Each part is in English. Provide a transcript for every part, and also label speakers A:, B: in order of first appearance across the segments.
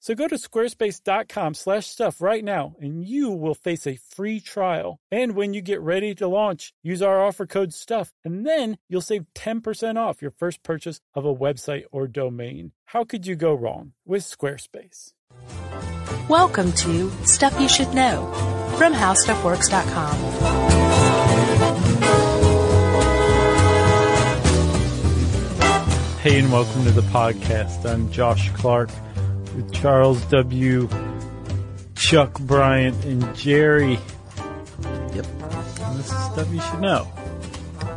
A: So go to squarespace.com slash stuff right now and you will face a free trial. And when you get ready to launch, use our offer code stuff and then you'll save 10% off your first purchase of a website or domain. How could you go wrong with Squarespace?
B: Welcome to Stuff You Should Know from HowStuffWorks.com.
A: Hey, and welcome to the podcast. I'm Josh Clark with Charles W., Chuck Bryant, and Jerry.
C: Yep.
A: And this is stuff you should know.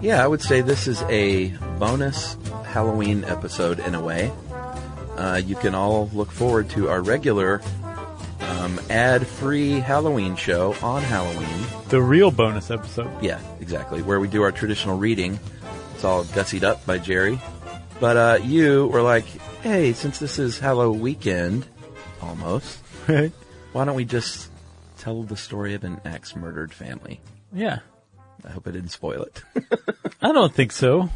C: Yeah, I would say this is a bonus Halloween episode in a way. Uh, you can all look forward to our regular um, ad free Halloween show on Halloween.
A: The real bonus episode.
C: Yeah, exactly. Where we do our traditional reading. It's all gussied up by Jerry. But uh, you were like, hey, since this is Halloween weekend, almost,
A: Right?
C: why don't we just tell the story of an axe murdered family?
A: Yeah.
C: I hope I didn't spoil it.
A: I don't think so.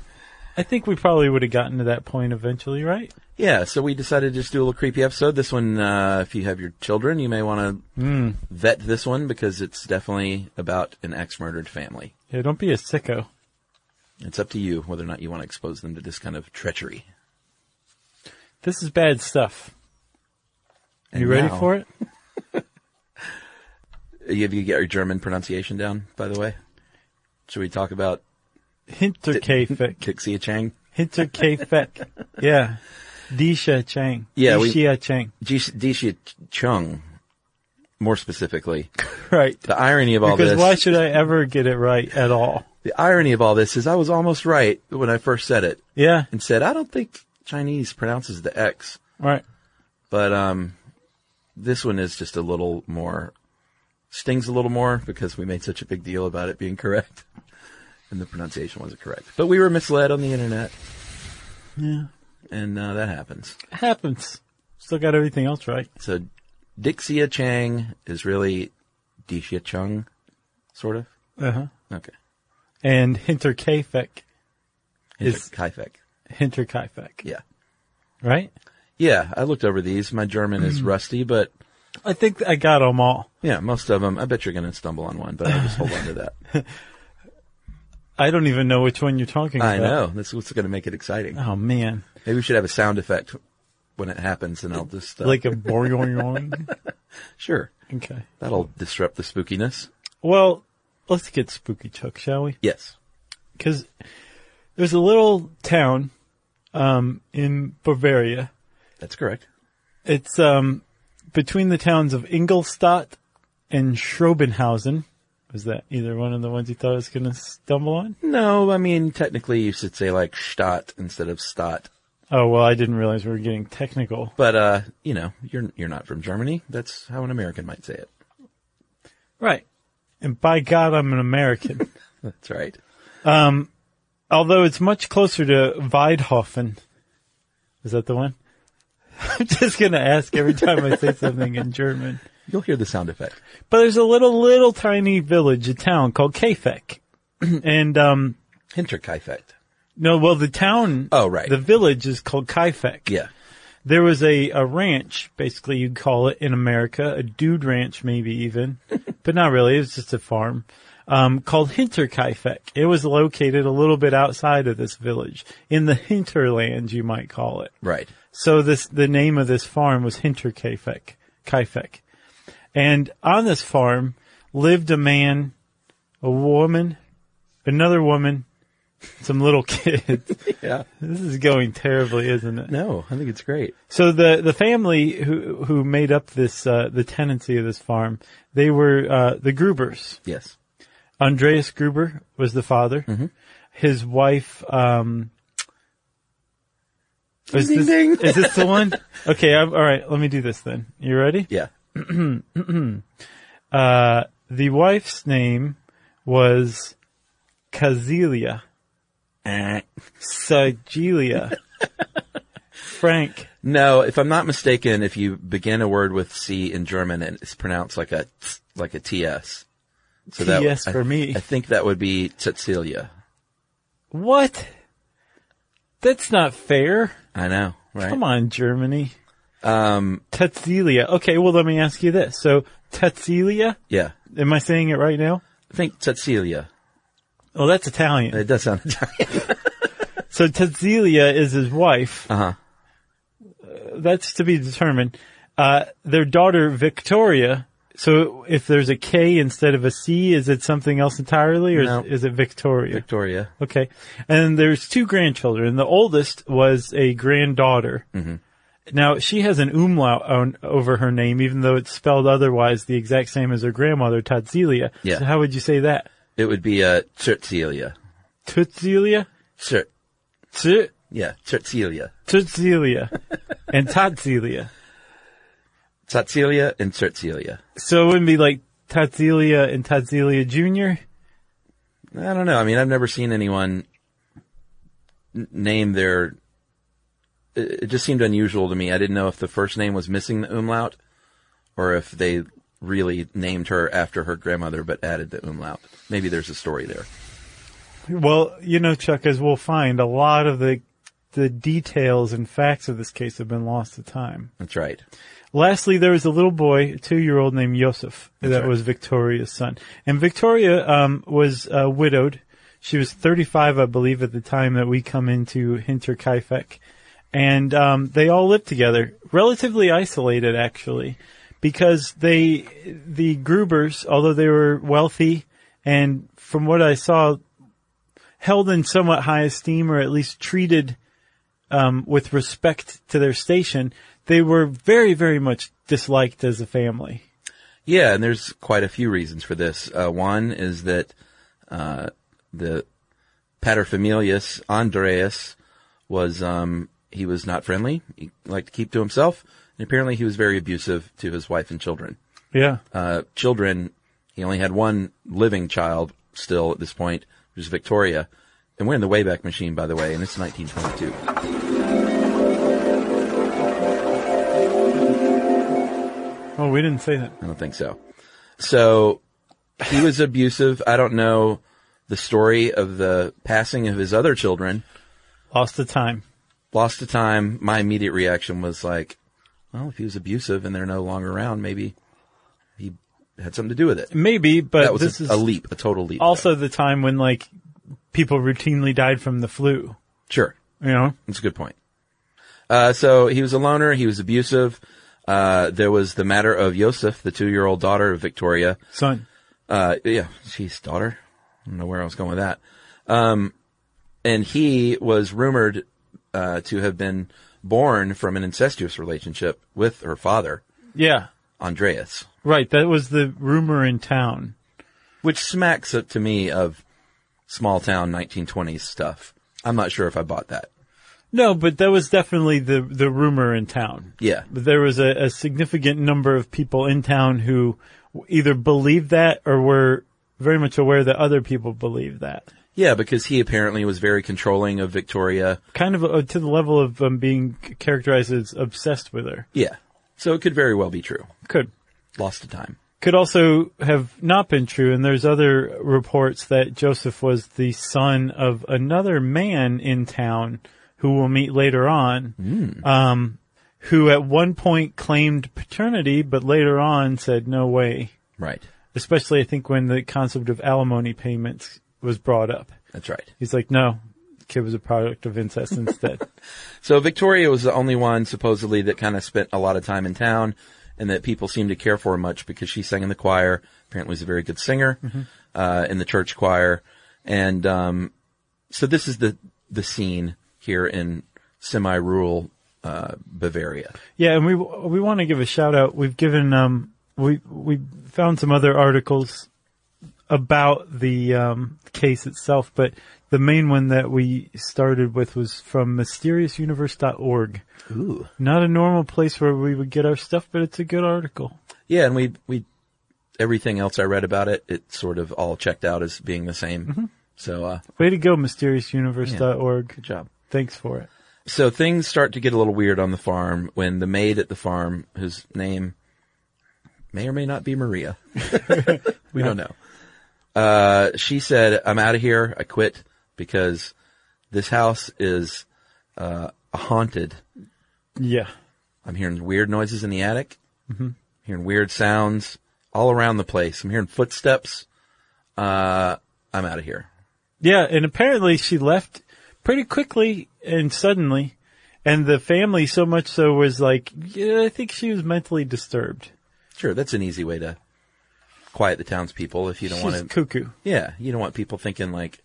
A: I think we probably would have gotten to that point eventually, right?
C: Yeah, so we decided to just do a little creepy episode. This one, uh, if you have your children, you may want to
A: Hmm.
C: vet this one because it's definitely about an ex murdered family.
A: Yeah, don't be a sicko.
C: It's up to you whether or not you want to expose them to this kind of treachery.
A: This is bad stuff. Are you
C: And
A: ready
C: now-
A: for it?
C: You- Uh, Have you got your German pronunciation down, by the way? Should we talk about
A: Hinterkaifeck.
C: Kixia Chang?
A: Hinterkaifeck. Yeah. Disha Chang.
C: Yeah, we-
A: Dishia Chang.
C: Dixia Chung, more specifically.
A: Right.
C: The irony of all
A: Because
C: this.
A: why should I ever get it right at all?
C: the irony of all this is I was almost right when I first said it
A: Yeah.
C: and said, I don't think Chinese pronounces the X.
A: Right.
C: But um, this one is just a little more stings a little more because we made such a big deal about it being correct, and the pronunciation wasn't correct. But we were misled on the internet. Yeah, and uh, that happens.
A: Happens. Still got everything else right.
C: So Dixia Chang is really Dixia Chung, sort of.
A: Uh huh.
C: Okay,
A: And Hinterkaifeck. Is-
C: Hinter- Kaifek.
A: Hinterkaifeck.
C: Yeah,
A: Right?
C: yeah. I looked over these. My German is rusty, but
A: I think I got them all.
C: yeah, most of them. I bet you're going to stumble on one, but I'll just hold on to that.
A: I don't even know which one you're talking
C: I
A: about.
C: know. That's what's going to make it exciting.
A: Oh man.
C: Maybe we should have a sound effect when it happens, and I'll just uh,
A: Like a boring.
C: sure
A: okay.
C: that'll disrupt the spookiness.
A: Well, let's get spooky, Chuck, shall we?
C: Yes,
A: Because there's a little town um, in Bavaria.
C: that's correct.
A: It's um, between the towns of Ingolstadt and Schrobenhausen. Was that either one of the ones you thought I was going to stumble on?
C: No, I mean technically you should say like Stadt instead of Stott,
A: Oh well, I didn't realize we were getting technical.
C: but uh, you know you're you're not from Germany. That's how an American might say it.
A: Right. And by God, I'm an American.
C: That's right.
A: Although it's much closer to Weidhofen. Is that the one? I'm just going to ask every time I say something in German.
C: You'll hear the sound effect.
A: But there's a little, little tiny village, a town called Kafek. and, um,
C: Hinterkaifeck.
A: no, well, the town.
C: Oh, right.
A: The village is called Kaifek.
C: Yeah,
A: There was a, a ranch, basically you'd call it in America, a dude ranch maybe even, but not really. It was just a farm, um, called Hinterkaifeck. It was located a little bit outside of this village, in the hinterland, you might call it.
C: right.
A: So this the name of this farm was Hinterkaifeck, Kaifeck, and on this farm lived a man, a woman, another woman, some little kids.
C: Yeah.
A: This is going terribly, isn't it?
C: No, I think it's great.
A: So the the family who who made up this uh, the tenancy of this farm, they were uh, the Grubers.
C: Yes.
A: Andreas Gruber was the father.
C: Mm-hmm.
A: His wife. Um, is,
C: Ding,
A: this,
C: ding, ding.
A: is this the one? Okay, I'm, all right. Let me do this then. You ready?
C: Yeah.
A: Uh, the wife's name was Cazilia,
C: Eh.
A: Sigilia, Frank.
C: No, if I'm not mistaken, if you begin a word with C in German and it's pronounced like a t- like a TS. So
A: TS
C: I-
A: for me.
C: I think that would be Cecilia.
A: What? That's not fair.
C: I know, right?
A: Come on, Germany.
C: Um,
A: Tetzelia. Okay, well, let me ask you this. So, Tetzelia,
C: yeah.
A: am I saying it right now?
C: I think Cecilia.
A: Well, that's Italian.
C: It does sound Italian.
A: So, Tetzelia is his wife. Uh,
C: Uh-huh.
A: That's to be determined. Uh, their daughter, Victoria. So, if there's a K instead of a C, is it something else entirely, or is-
C: No.
A: is, it Victoria?
C: Victoria.
A: Okay. And there's two grandchildren. The oldest was a granddaughter. Now, she has an umlaut on, over her name, even though it's spelled otherwise the exact same as her grandmother, Tatzelia.
C: Yeah.
A: So how would you say that?
C: It would be uh, Cecilia.
A: Tutzelia?
C: Cert.
A: Tut-
C: Yeah, Cecilia.
A: Tutzelia. and Tatzelia.
C: Cecilia and Cecilia.
A: So it wouldn't be like Tatzelia and Tatzelia Jr.?
C: I don't know. I mean, I've never seen anyone n- name their. It it just seemed unusual to me. I didn't know if the first name was missing the umlaut, or if they really named her after her grandmother but added the umlaut. Maybe there's a story there.
A: Well, you know, Chuck, as we'll find, a lot of the, the details and facts of this case have been lost to time.
C: That's right.
A: Lastly, there was a little boy, a two-year-old named Yosef, that
C: right.
A: was Victoria's son. And Victoria um, was uh, widowed. She was 35, I believe, at the time that we come into Hinterkaifeck. And um, they all lived together, relatively isolated, actually, because they, the Grubers, although they were wealthy and, from what I saw, held in somewhat high esteem or at least treated – um, with respect to their station, they were very, very much disliked as a family.
C: Yeah, and there's quite a few reasons for this. Uh, one is that uh, the paterfamilias Andreas was um, he was not friendly. He liked to keep to himself, and apparently he was very abusive to his wife and children.
A: Yeah.
C: uh, children. He only had one living child still at this point, which is Victoria. And we're in the Wayback Machine, by the way, and it's 1922.
A: Oh, we didn't say that.
C: I don't think so. So he was abusive. I don't know the story of the passing of his other children.
A: Lost the time.
C: Lost to time. My immediate reaction was like, well, if he was abusive and they're no longer around, maybe he had something to do with it.
A: Maybe,
C: That
A: but
C: was
A: this
C: a,
A: is
C: a leap, a total leap. though.
A: also the time when like people routinely died from the flu.
C: sure.
A: You know,
C: That's a good point. Uh, so he was a loner. He was abusive. Uh, there was the matter of Yosef, the two-year-old daughter of Victoria.
A: son.
C: Uh, yeah, she's daughter. I don't know where I was going with that. Um, and he was rumored, uh, to have been born from an incestuous relationship with her father,
A: Yeah.
C: Andreas,
A: Right. That was the rumor in town.
C: which smacks up to me of small town 1920s stuff. I'm not sure if I bought that.
A: No, but that was definitely the, the rumor in town.
C: Yeah.
A: But there was a, a significant number of people in town who either believed that or were very much aware that other people believed that.
C: Yeah, because he apparently was very controlling of Victoria.
A: Kind of uh, to the level of um, being characterized as obsessed with her.
C: Yeah. So it could very well be true.
A: Could.
C: Lost to time.
A: Could also have not been true, and there's other reports that Joseph was the son of another man in town who we'll meet later on, um, who at one point claimed paternity, but later on said, no way.
C: Right.
A: especially I think when the concept of alimony payments was brought up.
C: That's right.
A: He's like, no, the kid was a product of incest instead.
C: So Victoria was the only one supposedly that kind of spent a lot of time in town and that people seemed to care for much because she sang in the Mm-hmm. choir. Apparently was a very good singer, uh, in the church choir. And, um, so this is the the scene here in semi-rural uh, Bavaria.
A: Yeah, and we we want to give a shout out. We've given um we we found some other articles about the um, case itself, but the main one that we started with was from mysteriousuniverse.org.
C: Ooh.
A: Not a normal place where we would get our stuff, but it's a good article.
C: Yeah, and we we everything else I read about it, it sort of all checked out as being the same. So uh,
A: Way to go, mysteriousuniverse.org.
C: good job.
A: Thanks for it.
C: So things start to get a little weird on the farm when the maid at the farm, whose name may or may not be Maria, we don't know. Uh, she said, "I'm out of here. I quit because this house is uh, haunted.
A: Yeah.
C: I'm hearing weird noises in the attic. Hearing weird sounds all around the place. I'm hearing footsteps. Uh, I'm out of here.
A: Yeah, and apparently she left pretty quickly and suddenly, and the family so much so was like, yeah, I think she was mentally disturbed.
C: Sure, that's an easy way to quiet the townspeople if you don't
A: She's
C: want to."
A: cuckoo.
C: Yeah, you don't want people thinking like,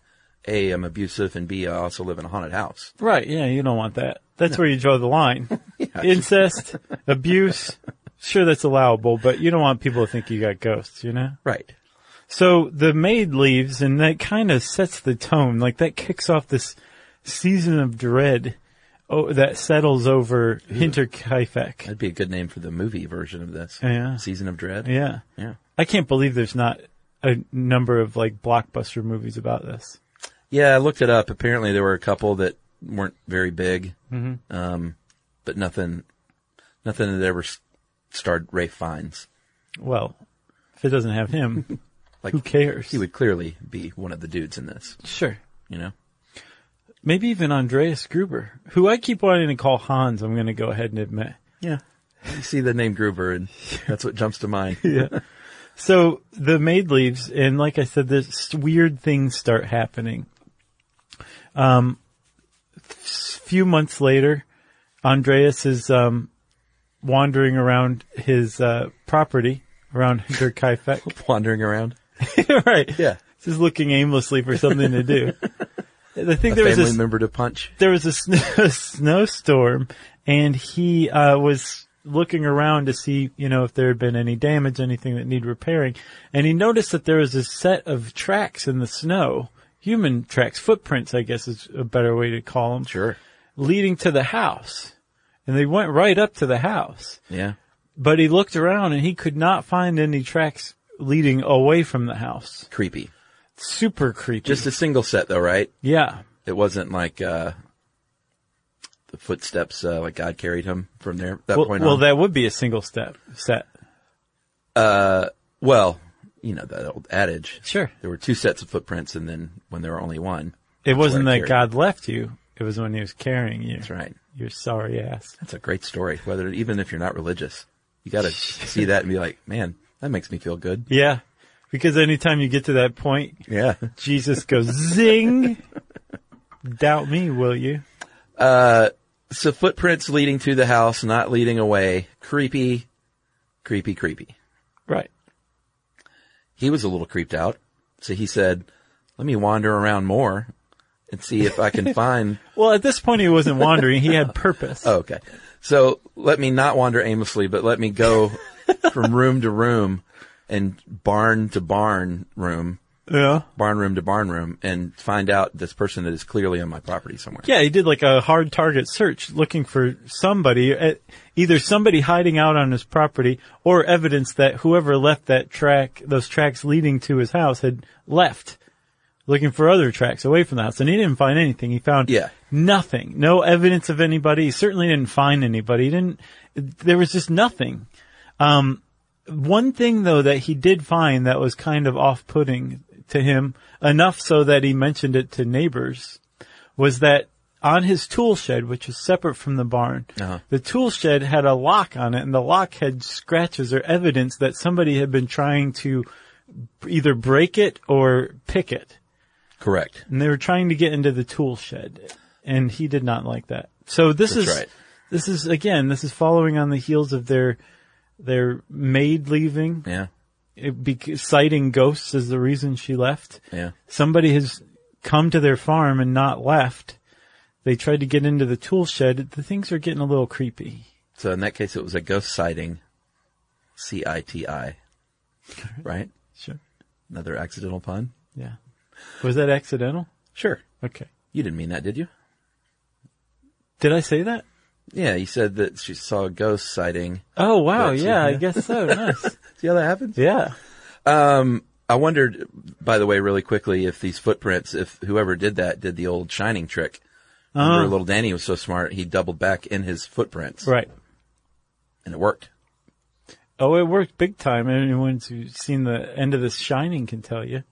C: A, I'm abusive, and B, I also live in a haunted house.
A: Right. Yeah, you don't want that. That's where you draw the line. Incest, abuse. Sure, that's allowable, but you don't want people to think you got ghosts, you know?
C: Right.
A: So the maid leaves and that kind of sets the tone. Like that kicks off this season of dread oh, that settles over Hinterkaifeck.
C: That'd be a good name for the movie version of this.
A: Yeah.
C: Season of Dread.
A: Yeah.
C: Yeah.
A: I can't believe there's not a number of like blockbuster movies about this.
C: Yeah, I looked it up. Apparently, there were a couple that weren't very big, mm-hmm. um, but nothing, nothing that ever s- starred Ray Fiennes.
A: Well, if it doesn't have him,
C: Like
A: who cares?
C: he would clearly be one of the dudes in this.
A: Sure.
C: You know.
A: Maybe even Andreas Gruber, who I keep wanting to call Hans, I'm going to go ahead and admit.
C: Yeah. You see the name Gruber, and that's what jumps to mind.
A: So the maid leaves, and like I said, this weird things start happening. Um, f- few months later, Andreas is um, wandering around his uh, property around Hinterkaifeck.
C: Wandering around.
A: right.
C: Yeah.
A: Just looking aimlessly for something to do. I think there was
C: Family
A: this
C: member to punch.
A: there was a, sn- a snowstorm and he uh, was looking around to see, you know, if there had been any damage, anything that needed repairing. And he noticed that there was a set of tracks in the snow, human tracks, footprints, I guess is a better way to call them,
C: Sure.
A: leading to the house. And they went right up to the house.
C: Yeah.
A: But he looked around and he could not find any tracks leading away from the house.
C: Creepy.
A: Super creepy.
C: Just a single set though, right?
A: yeah.
C: It wasn't like uh, the footsteps uh, like God carried him from there. That
A: Well,
C: point
A: well,
C: on.
A: that would be a single step set.
C: well, you know that old adage.
A: Sure.
C: There were two sets of footprints, and then when there were only one.
A: It wasn't
C: where it
A: that
C: carried.
A: God left you. It was when he was carrying you.
C: That's right.
A: Your sorry ass.
C: That's a great story. Whether even if you're not religious, you got to see that and be like, man, that makes me feel good.
A: Yeah. Because anytime you get to that point,
C: Yeah.
A: Jesus goes zing. Doubt me, will you?
C: So footprints leading to the house, not leading away. Creepy, creepy, creepy.
A: Right.
C: he was a little creeped out. So he said, let me wander around more and see if I can find.
A: Well, at this point, he wasn't wandering. He had purpose.
C: Oh, okay. So let me not wander aimlessly, but let me go from room to room and barn to barn room,
A: Yeah.
C: barn room to barn room and find out this person that is clearly on my property somewhere.
A: Yeah, he did like a hard target search looking for somebody, eh, either somebody hiding out on his property or evidence that whoever left that track, those tracks leading to his house had left looking for other tracks away from the house. And he didn't find anything. He found
C: Yeah.
A: nothing, no evidence of anybody. He certainly didn't find anybody. He didn't, there was just nothing. One thing though that he did find that was kind of off-putting to him, enough so that he mentioned it to neighbors, was that on his tool shed, which was separate from the barn,
C: Uh-huh.
A: the tool shed had a lock on it and the lock had scratches or evidence that somebody had been trying to either break it or pick it.
C: Correct.
A: And they were trying to get into the tool shed and he did not like that. So this
C: That's
A: is,
C: right.
A: this is again, this is following on the heels of their, their maid leaving
C: Yeah.
A: it be, citing ghosts as the reason she left.
C: Yeah.
A: Somebody has come to their farm and not left. They tried to get into the tool shed. The things are getting a little creepy.
C: So in that case, it was a ghost sighting. C I T I. Right?
A: Sure.
C: Another accidental pun?
A: Yeah. Was that accidental?
C: Sure.
A: Okay.
C: You didn't mean that, did you?
A: Did I say that?
C: Yeah, you said that she saw a ghost sighting.
A: Oh wow,
C: That's it,
A: yeah, I
C: yeah.
A: guess so. Nice.
C: See how that happens?
A: yeah.
C: Um, I wondered, by the way, really quickly, if these footprints, if whoever did that did the old shining trick. Remember,
A: Oh.
C: little Danny was so smart, he doubled back in his footprints,
A: Right.
C: and it worked.
A: Oh, it worked big time. Anyone who's seen the end of this shining can tell you.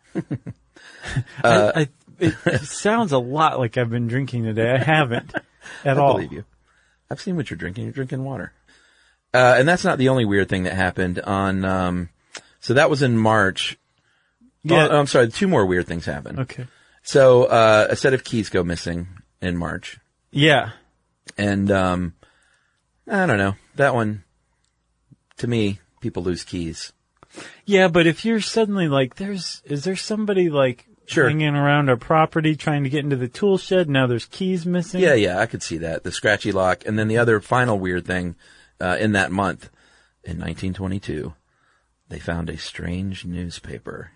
A: I, I, it sounds a lot like I've been drinking today. I haven't at
C: I
A: all.
C: believe you. I've seen what you're drinking. You're drinking water. Uh, and that's not the only weird thing that happened on, um, so that was in March.
A: Yeah.
C: Oh, I'm sorry, two more weird things happened.
A: Okay.
C: So, uh, a set of keys go missing in March.
A: Yeah.
C: And, um, I don't know. That one, to me, people lose keys.
A: Yeah, but if you're suddenly like, there's, is there somebody like
C: Sure.
A: hanging around our property trying to get into the tool shed? Now there's keys missing.
C: Yeah, yeah, I could see that. The scratchy lock. And then the other final weird thing, uh, in that month, in 1922, they found a strange newspaper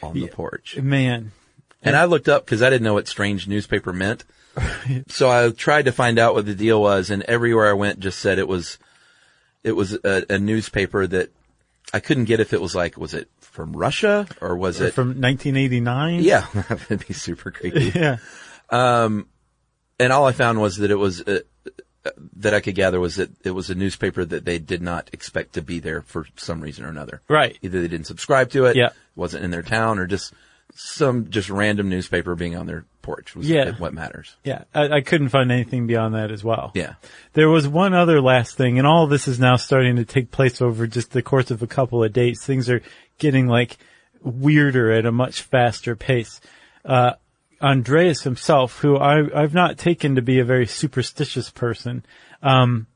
C: on the porch.
A: Man.
C: And I looked up because I didn't know what strange newspaper meant. so I tried to find out what the deal was, and everywhere I went, just said it was, it was a, a newspaper that I couldn't get if it was like, was it from Russia or was it?
A: From 1989?
C: yeah, that'd be super creepy.
A: Yeah.
C: and all I found was that it was uh, uh, that I could gather was that it was a newspaper that they did not expect to be there for some reason or another.
A: Right.
C: Either they didn't subscribe to it,
A: Yeah.
C: wasn't in their town, or just some just random newspaper being on their porch was
A: Yeah.
C: what matters.
A: Yeah. I, I couldn't find anything beyond that as well.
C: Yeah.
A: There was one other last thing, and all of this is now starting to take place over just the course of a couple of dates. Things are getting like weirder at a much faster pace. Uh, Andreas himself, who I, I've not taken to be a very superstitious person, um,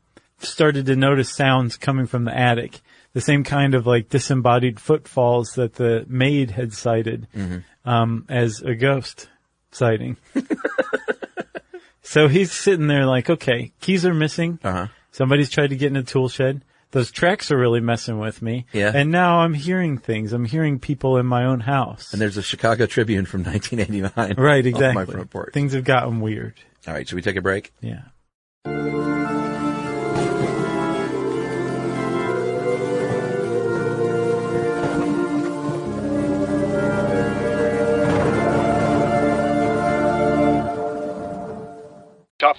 A: started to notice sounds coming from the attic. The same kind of like disembodied footfalls that the maid had sighted, um, as a ghost sighting. so he's sitting there like, okay, keys are missing.
C: Uh huh.
A: Somebody's tried to get in a tool shed. Those tracks are really messing with me.
C: Yeah.
A: And now I'm hearing things. I'm hearing people in my own house.
C: And there's a Chicago Tribune from 1989.
A: right,
C: On
A: exactly.
C: my front porch.
A: Things have gotten weird.
C: All right, should we take a break?
A: Yeah.
D: Top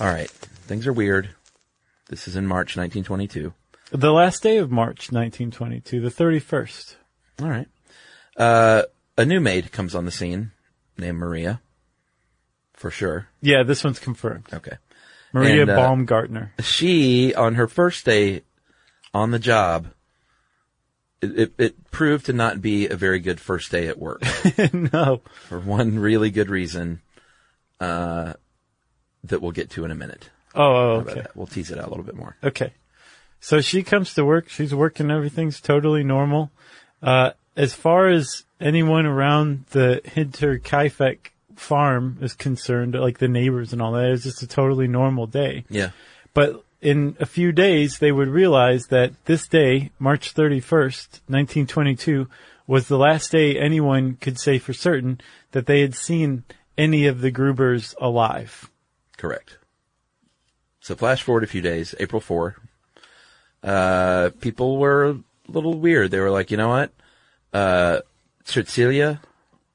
C: All right. Things are weird. This is in March 1922.
A: The last day of March 1922, the 31st.
C: All right. Uh, a new maid comes on the scene named Maria. For sure.
A: Yeah, this one's confirmed.
C: Okay.
A: Maria
C: And, uh,
A: Baumgartner.
C: she on her first day on the job It, it, it proved to not be a very good first day at work
A: no.
C: for one really good reason uh, that we'll get to in a minute.
A: Oh, oh,
C: How about
A: okay.
C: that? We'll tease it out a little bit more.
A: Okay. So she comes to work. She's working. Everything's totally normal. Uh, as far as anyone around the Hinter Kaifek farm is concerned, like the neighbors and all that, it's just a totally normal day.
C: Yeah.
A: But in a few days, they would realize that this day, March 31st, 1922, was the last day anyone could say for certain that they had seen any of the Grubers alive.
C: Correct. So flash forward a few days, April 4. Uh, people were a little weird. They were like, you know what? Uh, Cecilia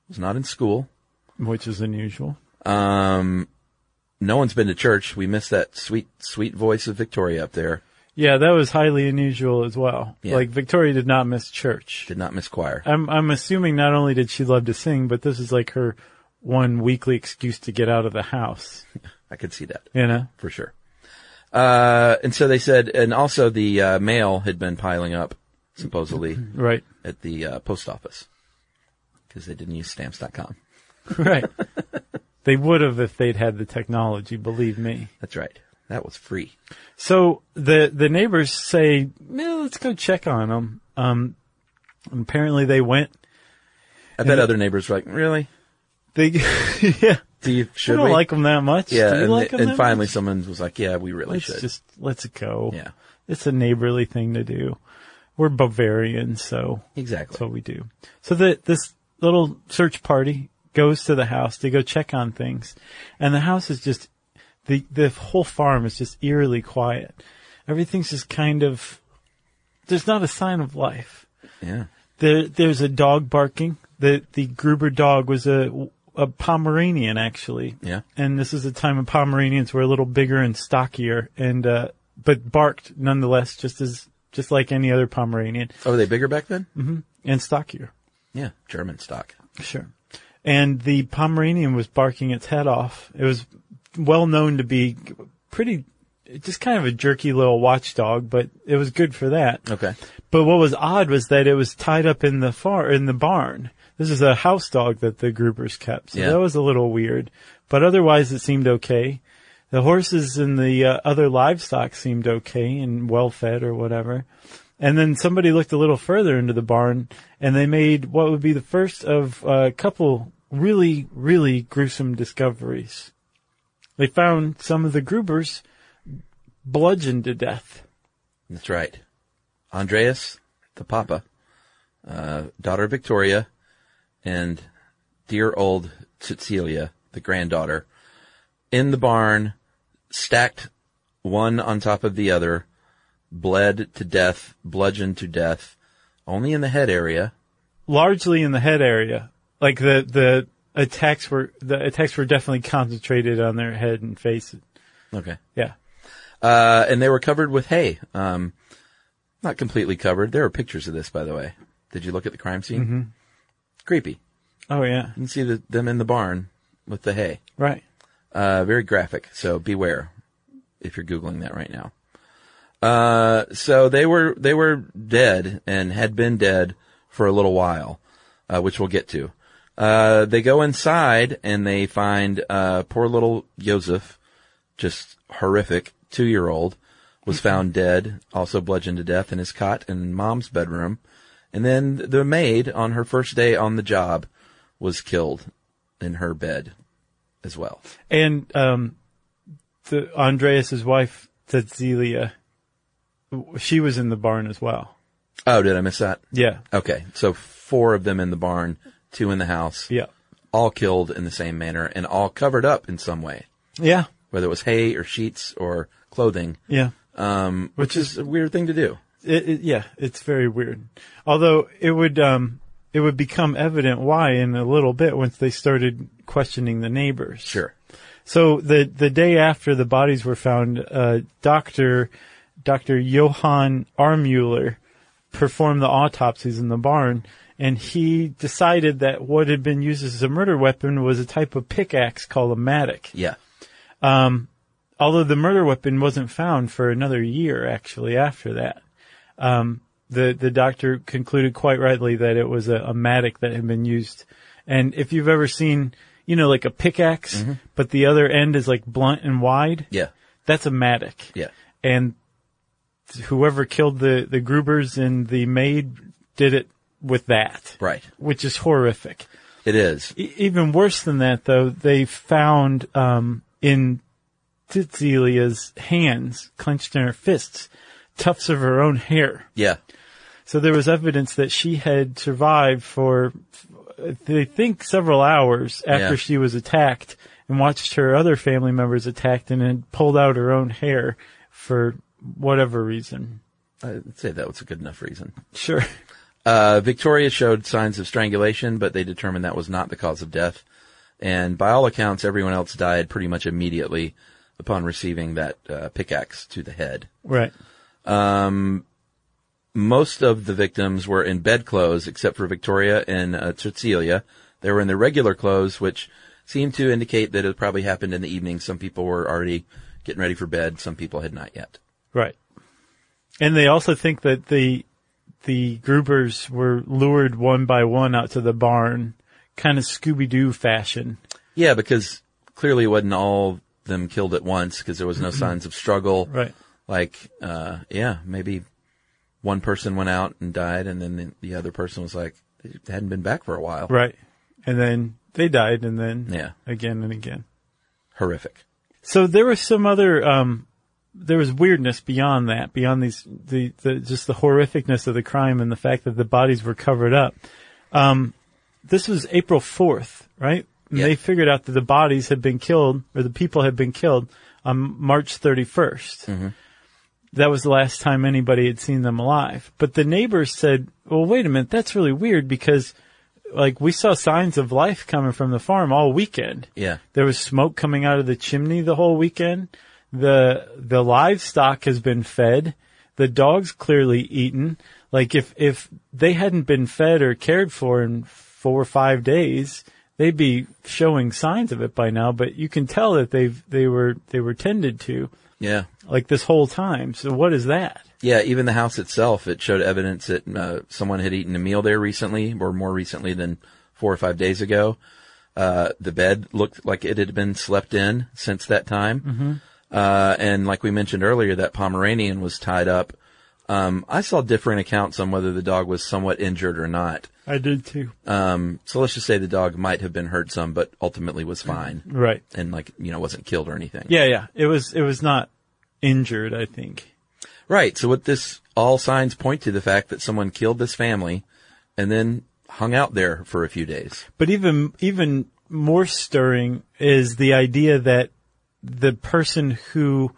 C: was not in school.
A: Which is unusual.
C: Um, no one's been to church. We missed that sweet, sweet voice of Victoria up there.
A: Yeah, that was highly unusual as well.
C: Yeah.
A: Like Victoria did not miss church.
C: Did not miss choir.
A: I'm I'm assuming not only did she love to sing, but this is like her one weekly excuse to get out of the house.
C: I could see that
A: You know?
C: for sure. Uh, and so they said, and also the uh, mail had been piling up supposedly
A: Right.
C: at the uh, post office because they didn't use stamps.com.
A: Right. they would have if they'd had the technology, believe me.
C: That's right. That was free.
A: So the the neighbors say, "Eh, "Let's go check on them." Um, and apparently they went.
C: I bet other neighbors were like, really?
A: They yeah,
C: Do you, should
A: I don't
C: we?
A: like them that much.
C: yeah.
A: Do you
C: and
A: like
C: they-
A: 'em
C: and
A: that
C: finally
A: much?
C: someone was like, yeah, we really
A: let's
C: should.
A: just let's go.
C: yeah.
A: It's a neighborly thing to do. We're Bavarian, so
C: Exactly.
A: that's what we do. So the, this little search party goes to the house to go check on things. And the house is just, the, the whole farm is just eerily quiet. Everything's just kind of, there's not a sign of life.
C: yeah.
A: There, there's a dog barking. The the Gruber dog was a a Pomeranian actually.
C: Yeah.
A: And this is a time when Pomeranians were a little bigger and stockier, and uh, but barked nonetheless, just as just like any other Pomeranian
C: Oh, were they bigger back then?
A: Mm-hmm. and stockier.
C: Yeah. German stock.
A: Sure. And the Pomeranian was barking its head off. It was well known to be pretty, just kind of a jerky little watchdog, but it was good for that.
C: Okay.
A: But what was odd was that it was tied up in the far in the barn. This is a house dog that the groupers kept, so
C: Yeah.
A: that was a little weird. But otherwise, it seemed okay. The horses and the uh, other livestock seemed okay and well fed or whatever. And then somebody looked a little further into the barn, and they made what would be the first of uh, a couple really, really gruesome discoveries. They found some of the groupers bludgeoned to death.
C: That's right. Andreas, the papa, uh, daughter Victoria, and dear old Cecilia, the granddaughter, in the barn, stacked one on top of the other, bled to death, bludgeoned to death, only in the head area.
A: largely in the head area. Like the the attacks were the attacks were definitely concentrated on their head and face.
C: Okay.
A: Yeah.
C: Uh, and they were covered with hay. Um, not completely covered. There are pictures of this, by the way. Did you look at the crime scene? Mm-hmm. Creepy. You
A: Oh yeah.
C: can see the, them in the barn with the hay.
A: Right.
C: Uh, very graphic. So beware if you're googling that right now. Uh, so they were they were dead and had been dead for a little while, uh, which we'll get to. Uh, they go inside and they find uh, poor little Joseph, just horrific, two year old, was found dead, also bludgeoned to death in his cot in mom's bedroom. And then the maid on her first day on the job was killed in her bed as well.
A: And um, the Andreas's wife, Cecilia, she was in the barn as well.
C: Oh, did I miss that?
A: Yeah.
C: Okay. So four of them in the barn, two in the house,
A: Yeah.
C: all killed in the same manner and all covered up in some way,
A: Yeah.
C: whether it was hay or sheets or clothing,
A: Yeah.
C: um, which, is, a weird thing to do.
A: It, it, yeah, it's very weird. Although it would um it would become evident why in a little bit once they started questioning the neighbors.
C: Sure.
A: So the the day after the bodies were found, uh, Doctor Doctor Johann Armuller performed the autopsies in the barn, and he decided that what had been used as a murder weapon was a type of pickaxe called a mattock.
C: Yeah.
A: Although the murder weapon wasn't found for another year, actually after that. Um, the, the doctor concluded quite rightly that it was a, a matic that had been used. And if you've ever seen, you know, like a pickaxe, but the other end is like blunt and wide,
C: Yeah.
A: that's a matic.
C: Yeah.
A: And whoever killed the, the Grubers and the maid did it with that.
C: Right.
A: Which is horrific.
C: It is.
A: E- even worse than that, though, they found um, in Titsilia's hands, clenched in her fists, tufts of her own hair.
C: Yeah.
A: So there was evidence that she had survived for, uh, they think, several hours after
C: Yeah.
A: she was attacked and watched her other family members attacked and had pulled out her own hair for whatever reason.
C: I'd say that was a good enough reason.
A: Sure.
C: Uh, Victoria showed signs of strangulation, but they determined that was not the cause of death. And by all accounts, everyone else died pretty much immediately upon receiving that uh, pickaxe to the head.
A: Right.
C: Most of the victims were in bedclothes, except for Victoria and uh, Cecilia. They were in their regular clothes, which seemed to indicate that it probably happened in the evening. Some people were already getting ready for bed. Some people had not yet.
A: Right. And they also think that the the Grubers were lured one by one out to the barn, kind of Scooby Doo fashion.
C: Yeah, because clearly it wasn't all them killed at once because there was no signs of struggle.
A: Mm-hmm. Right.
C: Like, uh, yeah, maybe one person went out and died and then the, the other person was like, they hadn't been back for a while.
A: Right. And then they died, and then
C: Yeah.
A: again and again.
C: Horrific.
A: So there was some other um, there was weirdness beyond that, beyond these the, the just the horrificness of the crime and the fact that the bodies were covered up. Um, this was April fourth, right? And
C: Yeah.
A: They figured out that the bodies had been killed, or the people had been killed on March thirty That was the last time anybody had seen them alive. But the neighbors said, "Well, wait a minute, that's really weird because." Like we saw signs of life coming from the farm all weekend.
C: Yeah.
A: There was smoke coming out of the chimney the whole weekend. The the livestock has been fed. The dogs clearly eaten. Like if if they hadn't been fed or cared for in four or five days, they'd be showing signs of it by now. But you can tell that they've they were they were tended to
C: Yeah.
A: like this whole time. So what is that?
C: Yeah. Even the house itself, it showed evidence that uh, someone had eaten a meal there recently or more recently than four or five days ago. Uh, the bed looked like it had been slept in since that time. Uh, and like we mentioned earlier, that Pomeranian was tied up. Um, I saw different accounts on whether the dog was somewhat injured or not.
A: I did too.
C: Um, so let's just say the dog might have been hurt some, but ultimately was fine
A: Right.
C: and like, you know, wasn't killed or anything.
A: Yeah, yeah. It was it was not injured. I think.
C: Right. So what this all signs point to the fact that someone killed this family and then hung out there for a few days.
A: But even even more stirring is the idea that the person who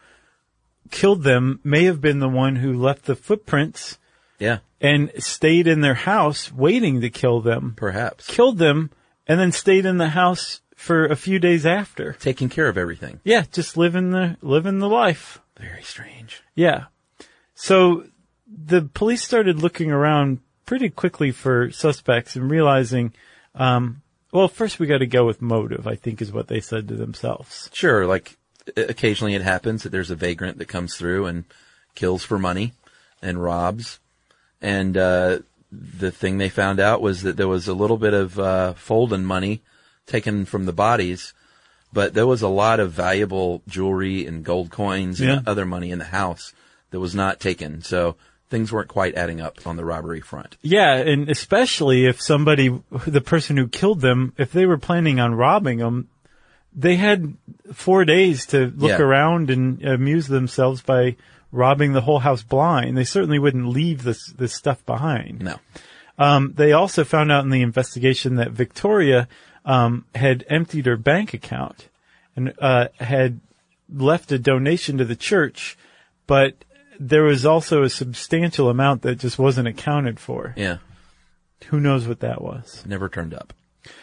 A: killed them may have been the one who left the footprints
C: Yeah.
A: and stayed in their house waiting to kill them.
C: Perhaps
A: Killed them and then stayed in the house for a few days after.
C: taking care of everything.
A: Yeah, just living the living the life.
C: Very strange.
A: Yeah. So the police started looking around pretty quickly for suspects and realizing, um, well, first we got to go with motive, I think is what they said to themselves.
C: Sure. Like o- occasionally it happens that there's a vagrant that comes through and kills for money and robs. And, uh, the thing they found out was that there was a little bit of, uh, folding money taken from the bodies, but there was a lot of valuable jewelry and gold coins
A: Yeah.
C: and other money in the house that was not taken. So things weren't quite adding up on the robbery front.
A: Yeah, and especially if somebody, the person who killed them, if they were planning on robbing them, they had four days to look
C: Yeah.
A: around and amuse themselves by robbing the whole house blind. They certainly wouldn't leave this, this stuff behind.
C: No.
A: Um, they also found out in the investigation that Victoria um, had emptied her bank account and uh, had left a donation to the church, but there was also a substantial amount that just wasn't accounted for.
C: Yeah.
A: Who knows what that was?
C: Never turned up.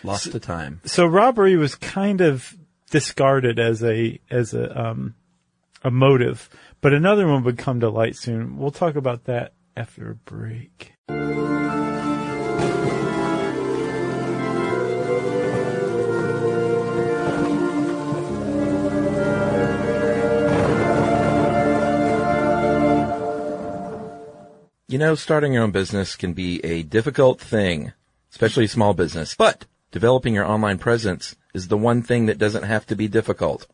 C: Lost the time.
A: So robbery was kind of discarded as a as a um, a motive, but another one would come to light soon. We'll talk about that after a break.
C: You You know, starting your own business can be a difficult thing, especially small business, but developing your online presence is the one thing that doesn't have to be difficult.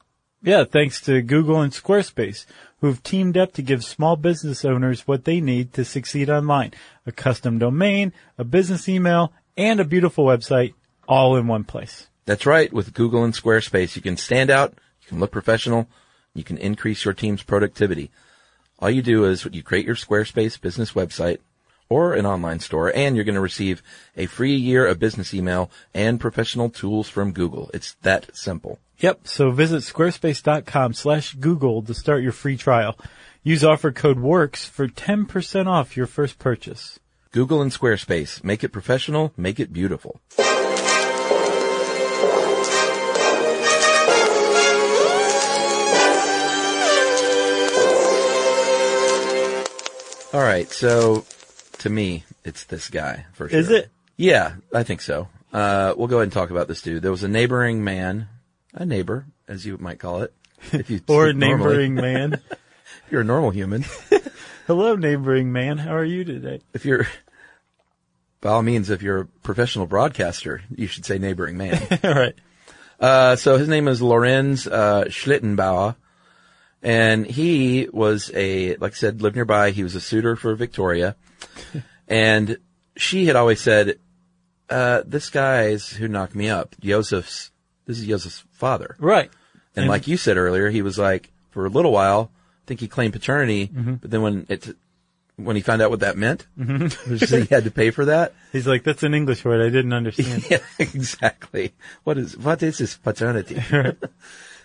A: Yeah, thanks to Google and Squarespace, who've teamed up to give small business owners what they need to succeed online. A custom domain, a business email, and a beautiful website all in one place.
C: That's right. With Google and Squarespace, you can stand out, you can look professional, you can increase your team's productivity. All you do is you create your Squarespace business website or an online store and you're going to receive a free year of business email and professional tools from Google. It's that simple.
A: Yep. So visit squarespace.com slash Google to start your free trial. Use offer code WORKS for 10% off your first purchase.
C: Google and Squarespace. Make it professional. Make it beautiful. All right. So to me, it's this guy for sure.
A: Is it?
C: Yeah, I think so. Uh, we'll go ahead and talk about this dude. There was a neighboring man, a neighbor, as you might call it. If you
A: Or
C: speak normally.
A: neighboring man.
C: If you're a normal human.
A: Hello, neighboring man. How are you today?
C: If you're, by all means, if you're a professional broadcaster, you should say neighboring man.
A: all right.
C: Uh, so his name is Lorenz uh, Schlittenbauer, and he was a, like I said, lived nearby. He was a suitor for Victoria, and she had always said, uh, "This guy's who knocked me up, Joseph's. This is Joseph's father."
A: Right.
C: And, like you said earlier, he was like for a little while. I think he claimed paternity, but then when it when he found out what that meant, which is he had to pay for that.
A: He's like, that's an English word I didn't understand.
C: Yeah, exactly. What is what is his paternity?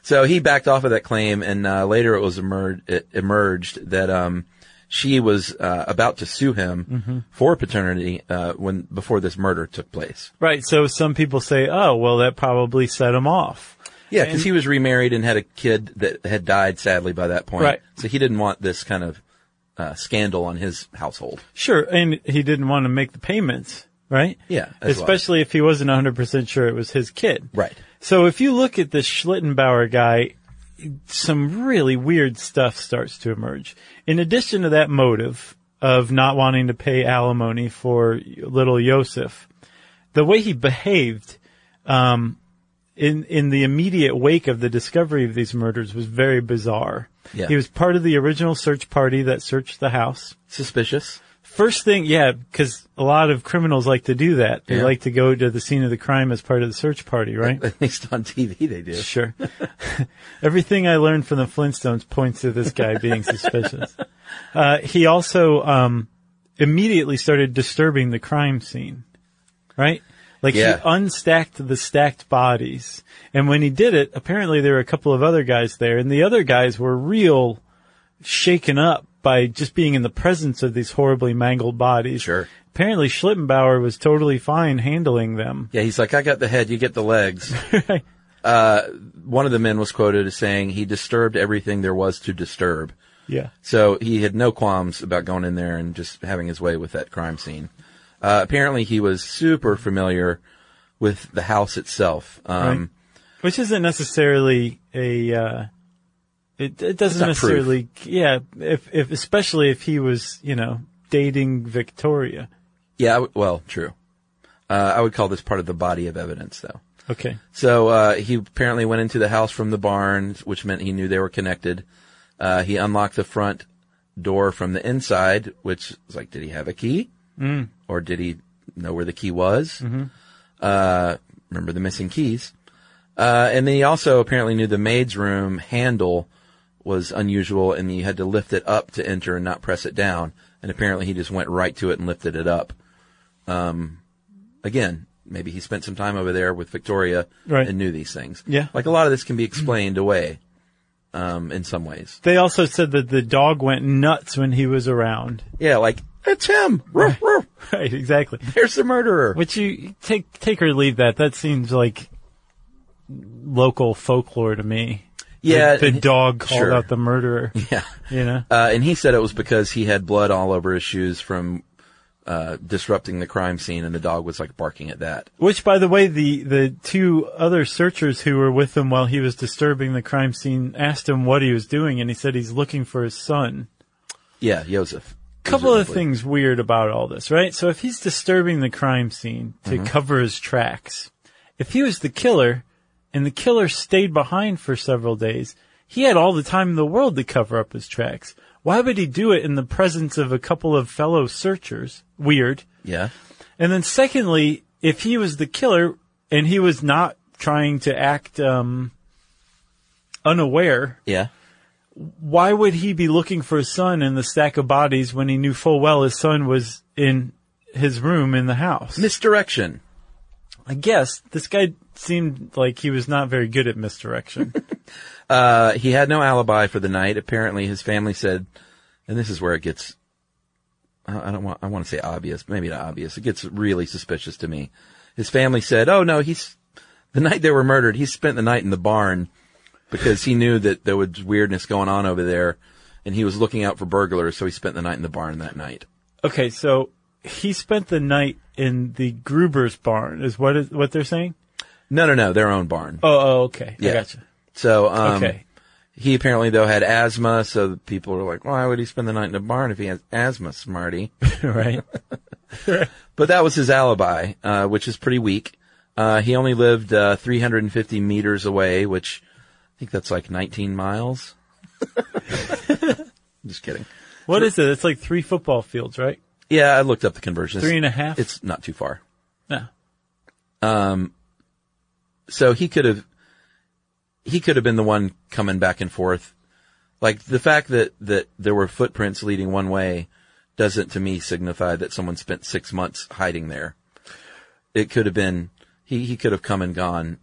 C: so he backed off of that claim, and uh, later it was emerged it emerged that um, she was uh, about to sue him for paternity uh, when before this murder took place.
A: right. So some people say, oh, well, that probably set him off.
C: Yeah, because he was remarried and had a kid that had died sadly by that point.
A: Right.
C: So he didn't want this kind of uh, scandal on his household.
A: Sure. And he didn't want to make the payments, right?
C: Yeah, as well.
A: Especially if he wasn't 100% sure it was his kid.
C: Right.
A: So if you look at this Schlittenbauer guy, some really weird stuff starts to emerge. In addition to that motive of not wanting to pay alimony for little Yosef, the way he behaved um, in in the immediate wake of the discovery of these murders was very bizarre.
C: Yeah.
A: He was part of the original search party that searched the house.
C: Suspicious.
A: First thing, yeah, because a lot of criminals like to do that. They
C: Yeah.
A: like to go to the scene of the crime as part of the search party, right?
C: At least on TV they do.
A: Sure. Everything I learned from the Flintstones points to this guy being suspicious. Uh, he also um, immediately started disturbing the crime scene, right? Like
C: Yeah.
A: he unstacked the stacked bodies, and when he did it, apparently there were a couple of other guys there, and the other guys were real shaken up by just being in the presence of these horribly mangled bodies.
C: Sure.
A: Apparently Schlittenbauer was totally fine handling them.
C: Yeah, he's like, I got the head, you get the legs. uh, one of the men was quoted as saying he disturbed everything there was to disturb.
A: Yeah.
C: So he had no qualms about going in there and just having his way with that crime scene. Uh, apparently he was super familiar with the house itself. Um,
A: Right. which isn't necessarily a uh, it, it doesn't
C: not proof.
A: necessarily yeah if if especially if he was you know dating Victoria
C: yeah, I w- well, true. Uh, I would call this part of the body of evidence though.
A: okay
C: So uh, he apparently went into the house from the barn, which meant he knew they were connected. Uh, he unlocked the front door from the inside, which was like, did he have a key, mm. or did he know where the key was?
A: Mm-hmm.
C: Uh, remember the missing keys. Uh, and then he also apparently knew the maid's room handle was unusual, and you had to lift it up to enter and not press it down. And apparently he just went right to it and lifted it up Um, again, maybe he spent some time over there with Victoria
A: Right.
C: and knew these things.
A: Yeah.
C: Like a lot of this can be explained away, um, in some ways.
A: they also said that the dog went nuts when he was around
C: Yeah, like, it's him! Ruff, ruff.
A: right exactly
C: There's the murderer!
A: which you take take or leave that that seems like local folklore to me
C: yeah.
A: the, the
C: and-
A: dog called
C: sure.
A: out the murderer
C: Yeah.
A: you know
C: Uh, and he said it was because he had blood all over his shoes from, uh, disrupting the crime scene and the dog was like barking at that.
A: Which, by the way, the, the two other searchers who were with him while he was disturbing the crime scene asked him what he was doing, and he said he's looking for his son.
C: Yeah, Joseph.
A: couple of
C: presumably.
A: things weird about all this, right? So if he's disturbing the crime scene to cover his tracks, if he was the killer and the killer stayed behind for several days, he had all the time in the world to cover up his tracks. Why would he do it in the presence of a couple of fellow searchers? Weird.
C: Yeah.
A: And then secondly, if he was the killer and he was not trying to act um, unaware,
C: Yeah.
A: why would he be looking for his son in the stack of bodies when he knew full well his son was in his room in the house?
C: Misdirection.
A: I guess this guy seemed like he was not very good at misdirection.
C: Uh, he had no alibi for the night. Apparently, his family said, and this is where it gets. I I don't want. I want to say obvious. Maybe not obvious. It gets really suspicious to me. His family said, "Oh no, he's the night they were murdered. He spent the night in the barn because he knew that there was weirdness going on over there, and he was looking out for burglars. So he spent the night in the barn that night.
A: okay, so he spent the night in the Gruber's barn, is what is what they're saying?
C: No, no, no, their own barn.
A: Oh, oh okay. I
C: Yeah.
A: gotcha.
C: So um,
A: Okay.
C: he apparently though had asthma. So people were like, "Why would he spend the night in a barn if he has asthma, Smarty?"
A: Um, right.
C: But that was his alibi, uh, which is pretty weak. Uh, he only lived uh, 350 meters away, which I think that's like 19 miles. Just kidding.
A: What is it? It's like three football fields, right?
C: Yeah, I looked up the conversion.
A: Three and a half?
C: It's not too far.
A: No.
C: So he could have, he could have been the one coming back and forth. Like the fact that that there were footprints leading one way doesn't to me signify that someone spent six months hiding there. It could have been he he could have come and gone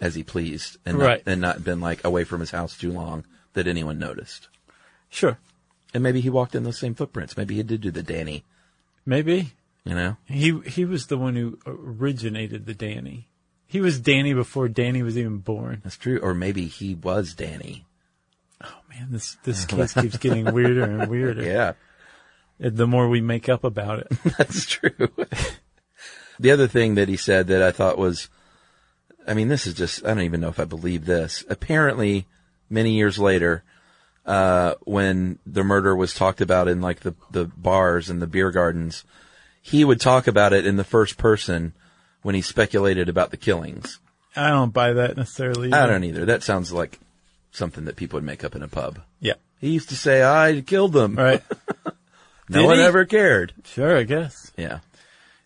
C: as he pleased and
A: Right.
C: not, and not been like away from his house too long that anyone noticed.
A: Sure.
C: And maybe he walked in those same footprints. Maybe he did do the Danny.
A: Maybe.
C: You know,
A: He he was the one who originated the Danny. He was Danny before Danny was even born.
C: that's true. Or maybe he was Danny.
A: Man, this this case keeps getting weirder and weirder.
C: Yeah.
A: The more we make up about it.
C: That's true. the other thing that he said that I thought was, I mean, this is just, I don't even know if I believe this. Apparently, many years later, uh, when the murder was talked about in like the, the bars and the beer gardens, he would talk about it in the first person when he speculated about the killings.
A: I don't buy that necessarily.
C: I
A: either.
C: don't either. That sounds like something that people would make up in a pub.
A: Yeah.
C: He used to say, I killed them.
A: All right.
C: No
A: Uh, Did
C: one
A: he?
C: ever cared.
A: Sure, I guess.
C: Yeah.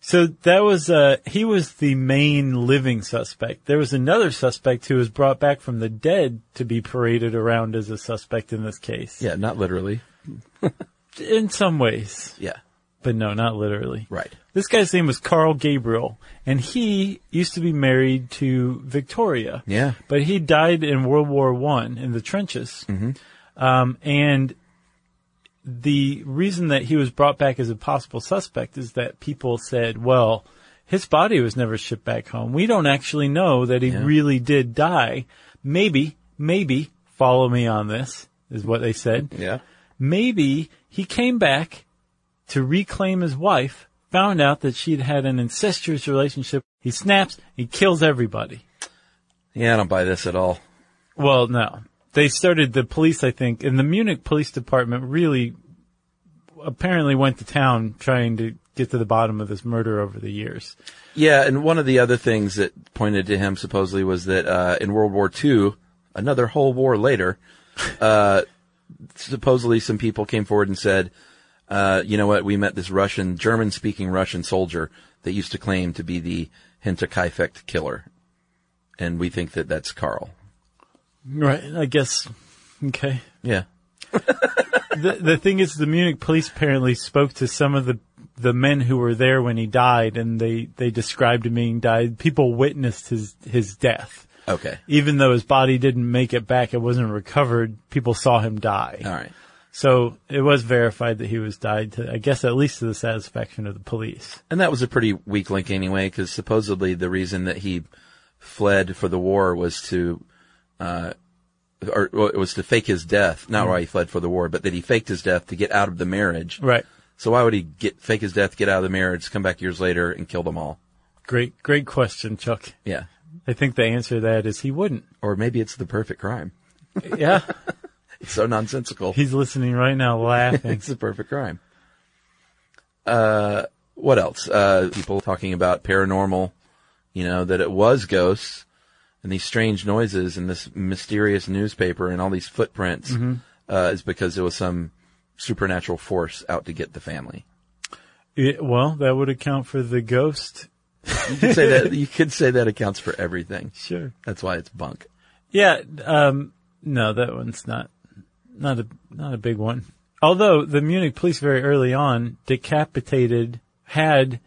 A: So that was uh he was the main living suspect. There was another suspect who was brought back from the dead to be paraded around as a suspect in this case.
C: Yeah. Not literally.
A: In some ways.
C: Yeah.
A: But no, not literally.
C: Right.
A: This guy's name was Carl Gabriel, and he used to be married to Victoria.
C: Yeah.
A: But he died in World War One in the trenches. Mm-hmm. Um, and the reason that he was brought back as a possible suspect is that people said, well, his body was never shipped back home. We don't actually know that he really did die. Maybe, maybe, follow me on this, is what they said
C: Yeah.
A: maybe he came back to reclaim his wife, found out that she'd had an incestuous relationship. He snaps, he kills everybody.
C: Yeah, I don't buy this at all.
A: Well, no. They started the police, I think, and the Munich police department really apparently went to town trying to get to the bottom of this murder over the years.
C: Yeah, and one of the other things that pointed to him supposedly was that uh, in World War II, another whole war later, uh, supposedly some people came forward and said, uh, "You know what? We met this Russian, German-speaking Russian soldier that used to claim to be the Hinterkaifeck killer, and we think that that's Carl."
A: Right, I guess. Okay.
C: Yeah,
A: the, the thing is, the Munich police apparently spoke to some of the the men who were there when he died, and they they described him being died. People witnessed his his death,
C: okay,
A: even though his body didn't make it back; it wasn't recovered. People saw him die,
C: all right.
A: so it was verified that he was died. To, I guess at least to the satisfaction of the police.
C: And that was a pretty weak link anyway, because supposedly the reason that he fled for the war was to, uh, or well, it was to fake his death. Not why he fled for the war, but that he faked his death to get out of the marriage.
A: Mm-hmm. Right.
C: So why would he get fake his death, get out of the marriage, come back years later, and kill them all?
A: Great, great question, Chuck.
C: Yeah.
A: I think the answer to that is he wouldn't.
C: Or maybe it's the perfect crime.
A: Yeah,
C: It's so nonsensical.
A: he's listening right now, laughing.
C: it's the perfect crime. uh, what else? Uh, people talking about paranormal, you know, that it was ghosts and these strange noises and this mysterious newspaper and all these footprints
A: Mm-hmm.
C: uh, is because it was some supernatural force out to get the family.
A: It- well, that would account for the ghost.
C: You could say that you could say that accounts for everything.
A: Sure.
C: That's why it's bunk.
A: Yeah. Um, no, that one's not not a not a big one. Although the Munich police very early on decapitated had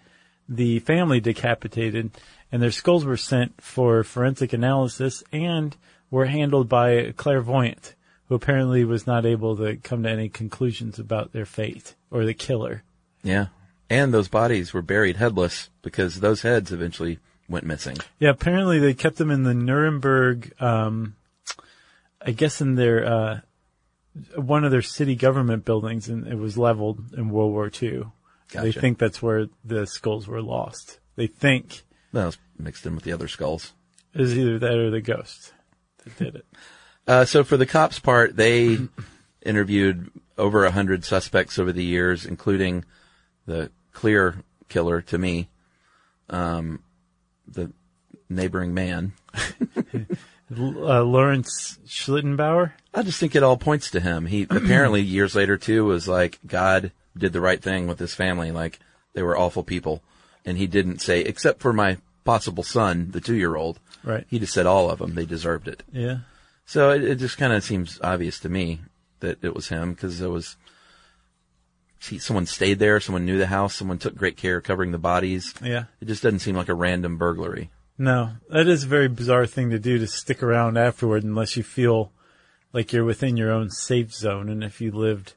A: the family decapitated, and their skulls were sent for forensic analysis and were handled by a clairvoyant who apparently was not able to come to any conclusions about their fate or the killer.
C: Yeah. And those bodies were buried headless because those heads eventually went missing.
A: Yeah, apparently they kept them in the Nuremberg, um, I guess in their, uh, one of their city government buildings and it was leveled in World War II. They
C: Gotcha.
A: think that's where the skulls were lost. They think
C: That was mixed in with the other skulls.
A: it was either that or the ghost that did it.
C: Uh, so for the cops part, they interviewed over a hundred suspects over the years, including the clear killer to me, um, the neighboring man.
A: L- uh, Lawrence Schlittenbauer?
C: I just think it all points to him. He apparently years later too was like, God did the right thing with his family. Like they were awful people. And he didn't say, except for my possible son, the two year old.
A: Right.
C: He just said all of them. They deserved it.
A: Yeah.
C: So it, it just kind of seems obvious to me that it was him because it was. See, someone stayed there. Someone knew the house. Someone took great care of covering the bodies.
A: Yeah.
C: It just doesn't seem like a random burglary.
A: No, that is a very bizarre thing to do to stick around afterward unless you feel like you're within your own safe zone. And if you lived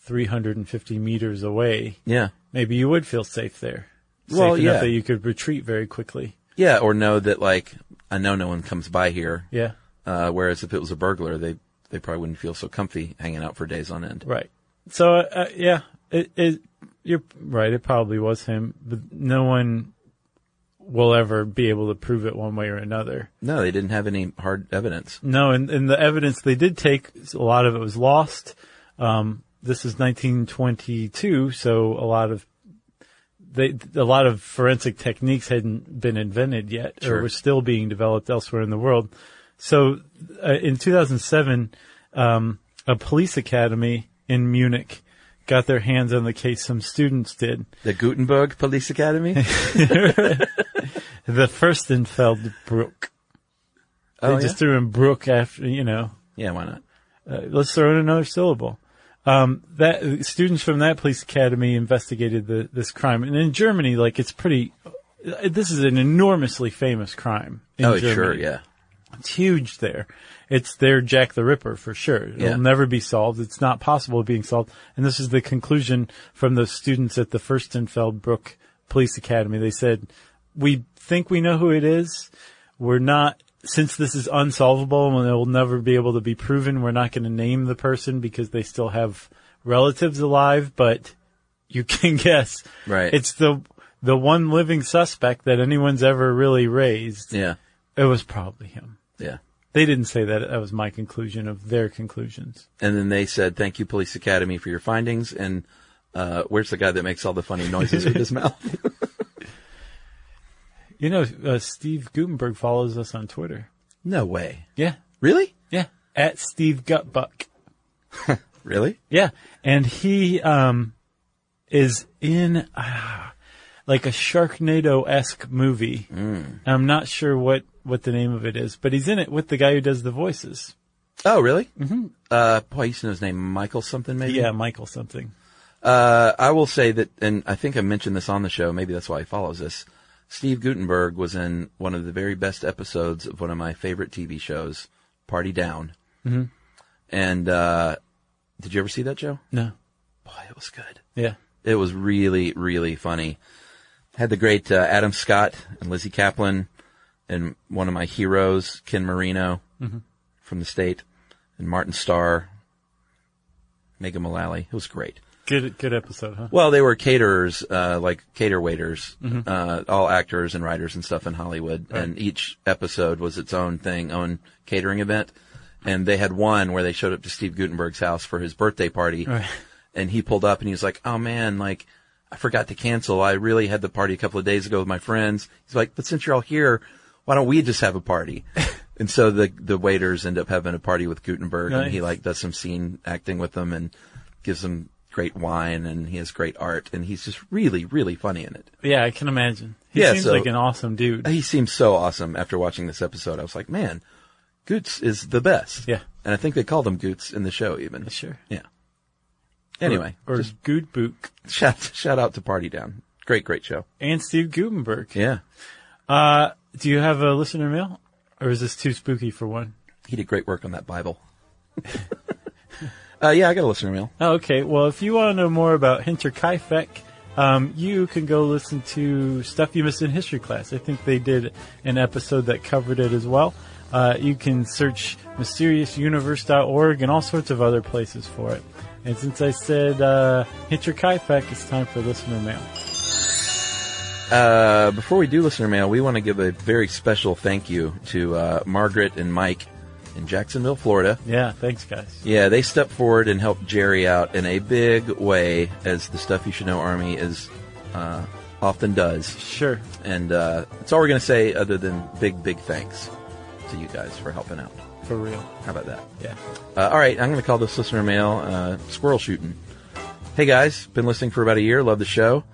A: 350 meters away,
C: Yeah.
A: maybe you would feel safe there.
C: Well,
A: safe enough
C: yeah.
A: that you could retreat very quickly.
C: Yeah. Or know that like I know no one comes by here.
A: Yeah,
C: Uh, whereas if it was a burglar, they they probably wouldn't feel so comfy hanging out for days on end.
A: right. So, uh, yeah, it, it, you're right. It probably was him, but no one will ever be able to prove it one way or another.
C: No, they didn't have any hard evidence.
A: No, and, and the evidence they did take, a lot of it was lost. Um, this is 1922, so a lot of they, a lot of forensic techniques hadn't been invented yet,
C: Sure.
A: or were still being developed elsewhere in the world. So, uh, in 2007, um, a police academy in Munich got their hands on the case. Some students did.
C: The Gutenberg Police Academy.
A: The Furstenfeld Brook. They
C: oh,
A: just threw in Brook after, you know,
C: yeah? yeah, why not?
A: let's throw in another syllable. Um, that students from that police academy investigated the, this crime, and in Germany, like it's pretty. This is an enormously famous crime. In
C: oh,
A: Germany.
C: sure, yeah.
A: it's huge there. It's their Jack the Ripper for sure. It'll
C: Yeah.
A: never be solved. It's not possible of being solved. And this is the conclusion from those students at the Furstenfeld Brook Police Academy. They said, "We think we know who it is. We're not." Since this is unsolvable and it will never be able to be proven, we're not going to name the person because they still have relatives alive, but you can guess.
C: Right.
A: It's the, the one living suspect that anyone's ever really raised.
C: Yeah,
A: It was probably him.
C: yeah.
A: They didn't say that. That was my conclusion of their conclusions.
C: And then they said, "Thank you, Police Academy, for your findings." And uh, where's the guy that makes all the funny noises with his mouth?
A: You know, uh, Steve Gutenberg follows us on Twitter.
C: No way.
A: Yeah.
C: Really?
A: Yeah. At Steve Gutbuck.
C: Really?
A: Yeah. And he, um, is in, uh, like a Sharknado-esque movie. I'm not sure what, what the name of it is, but he's in it with the guy who does the voices.
C: Oh, really? Mm-hmm. Uh, boy, I used to know his name, Michael something, maybe.
A: Yeah, Michael something.
C: Uh, I will say that, and I think I mentioned this on the show. Maybe that's why he follows this. Steve Gutenberg was in one of the very best episodes of one of my favorite TV shows, Party Down. Mm-hmm. And uh, did you ever see that show?
A: No.
C: Boy, it was good.
A: Yeah.
C: It was really, really funny. Had the great uh, Adam Scott and Lizzie Kaplan, and one of my heroes, Ken Marino from the state, and Martin Starr, Megan Mullally. It was great.
A: Good, good episode, huh?
C: Well, they were caterers, uh, like cater waiters, uh, all actors and writers and stuff in Hollywood. And each episode was its own thing, own catering event. And they had one where they showed up to Steve Gutenberg's house for his birthday party. And he pulled up and he was like, Oh man, like, I forgot to cancel. I really had the party a couple of days ago with my friends. He's like, but since you're all here, why don't we just have a party? and so the, the waiters end up having a party with Gutenberg and he
A: Nice.
C: like does some scene acting with them and gives them great wine and he has great art and he's just really, really funny in it.
A: Yeah, I can imagine. He
C: Yeah,
A: seems
C: so-
A: like an awesome dude.
C: He seems so awesome after watching this episode. I was like, man, Goots is the best.
A: Yeah.
C: And I think they called him Goots in the show even.
A: Sure.
C: Yeah. Anyway,
A: Or
C: just
A: Good Book
C: shout, shout out to Party Down. Great, great show.
A: and Steve Gutenberg.
C: Yeah.
A: Uh, do you have a listener mail? Or is this too spooky for one?
C: He did great work on that Bible. uh, yeah, I got a listener mail.
A: Oh, okay. Well, if you want to know more about Hinter Kaifek, um, you can go listen to Stuff You Missed in History Class. I think they did an episode that covered it as well. Uh, you can search mysteriousuniverse.org and all sorts of other places for it. And since I said uh, Hinter Kaifek, it's time for listener mail.
C: Uh, before we do listener mail, we want to give a very special thank you to uh, Margaret and Mike in Jacksonville, Florida.
A: Yeah, thanks, guys.
C: Yeah, they stepped forward and helped Jerry out in a big way, as the Stuff You Should Know Army is uh, often does.
A: Sure.
C: And uh, that's all we're going to say, other than big, big thanks to you guys for helping out.
A: For real.
C: How about that?
A: Yeah.
C: Uh, all right, I'm going to call this listener mail uh, squirrel shooting. Hey guys, been listening for about a year. Love the show.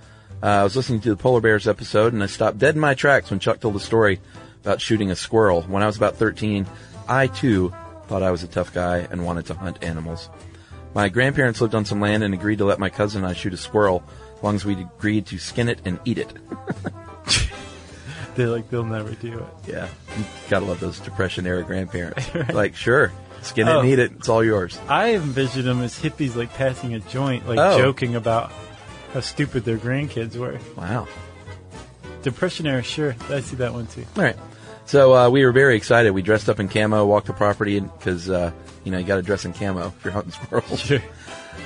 C: Uh, I was listening to the polar bears episode, and I stopped dead in my tracks when Chuck told the story about shooting a squirrel. When I was about 13, I too thought I was a tough guy and wanted to hunt animals. My grandparents lived on some land and agreed to let my cousin and I shoot a squirrel, as long as we agreed to skin it and eat it.
A: They're like, they'll never do it.
C: Yeah, you gotta love those depression era grandparents. Like, sure, skin it
A: Oh.
C: and eat it. It's all yours.
A: I envisioned them as hippies, like passing a joint, like
C: Oh.
A: joking about how stupid their grandkids were.
C: Wow.
A: Depression era, sure. I see that one too.
C: All right. So uh, we were very excited. We dressed up in camo, walked the property because uh, you know you got to dress in camo if you're hunting squirrels.
A: Sure.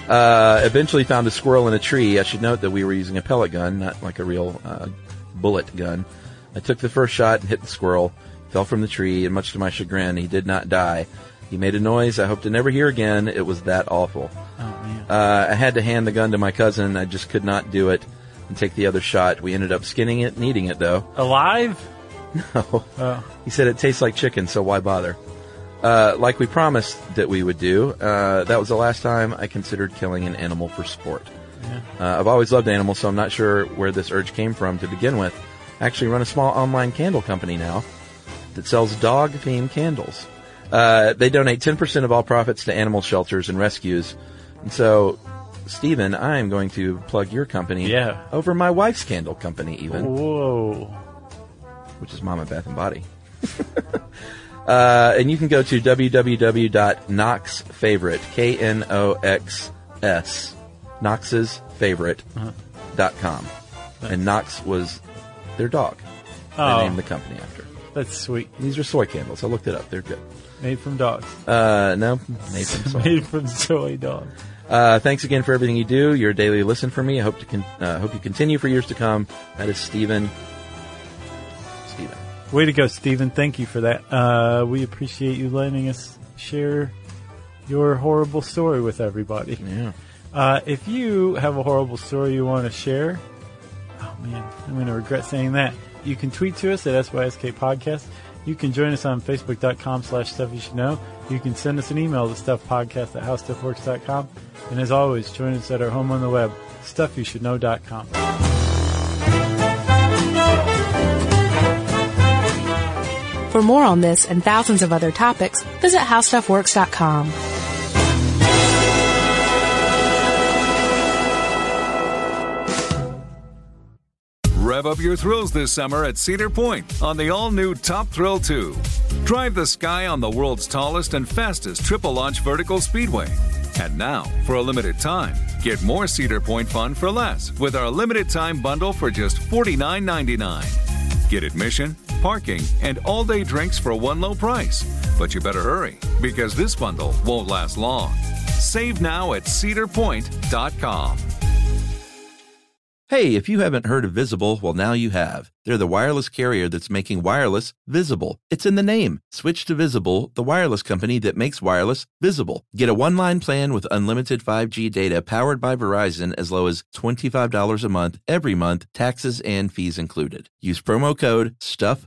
C: Uh, eventually found a squirrel in a tree. I should note that we were using a pellet gun, not like a real uh, bullet gun. I took the first shot and hit the squirrel. Fell from the tree, and much to my chagrin, he did not die. He made a noise I hope to never hear again. It was that awful.
A: Oh man.
C: Uh, I had to hand the gun to my cousin. I just could not do it and take the other shot. We ended up skinning it and eating it though.
A: Alive?
C: He said it tastes like chicken, so why bother? Uh, like we promised that we would do, uh, that was the last time I considered killing an animal for sport. Uh, I've always loved animals, so I'm not sure where this urge came from to begin with. I actually run a small online candle company now that sells dog themed candles. Uh, they donate 10% of all profits to animal shelters and rescues. And so, Stephen, I am going to plug your company
A: Yeah.
C: over my wife's candle company, even
A: Whoa.
C: which is Mama Bath and Body. uh, and you can go to www.knoxfavorite, K N O X S, Knox's favorite, dot com. And Knox was their dog.
A: Oh.
C: They named the company after.
A: That's sweet.
C: These are soy candles. I looked it up. They're good.
A: Made from dogs.
C: Uh, no, made from soy.
A: Made from soy dogs.
C: Uh, thanks again for everything you do. Your daily listen for me. I hope to con- uh, hope you continue for years to come. That is Stephen. Stephen.
A: Way to go, Steven. Thank you for that. Uh, we appreciate you letting us share your horrible story with everybody.
C: Yeah.
A: Uh, if you have a horrible story you want to share, oh man, I'm going to regret saying that. You can tweet to us at SYSK Podcast. You can join us on Facebook.com slash Stuff You Should Know. You can send us an email to StuffPodcast at HowStuffWorks.com. And as always, join us at our home on the web, StuffYouShouldKnow.com.
B: For more on this and thousands of other topics, visit howstuffworks.com.
E: Rev up your thrills this summer at Cedar Point on the all new Top Thrill 2. Drive the sky on the world's tallest and fastest triple launch vertical speedway. And now, for a limited time, get more Cedar Point fun for less with our limited time bundle for just $49.99. Get admission, parking, and all day drinks for one low price. But you better hurry because this bundle won't last long. Save now at cedarpoint.com.
C: Hey, if you haven't heard of Visible, well, now you have. They're the wireless carrier that's making wireless visible. It's in the name. Switch to Visible, the wireless company that makes wireless visible. Get a one line plan with unlimited 5G data powered by Verizon as low as $25 a month every month, taxes and fees included. Use promo code STUFF.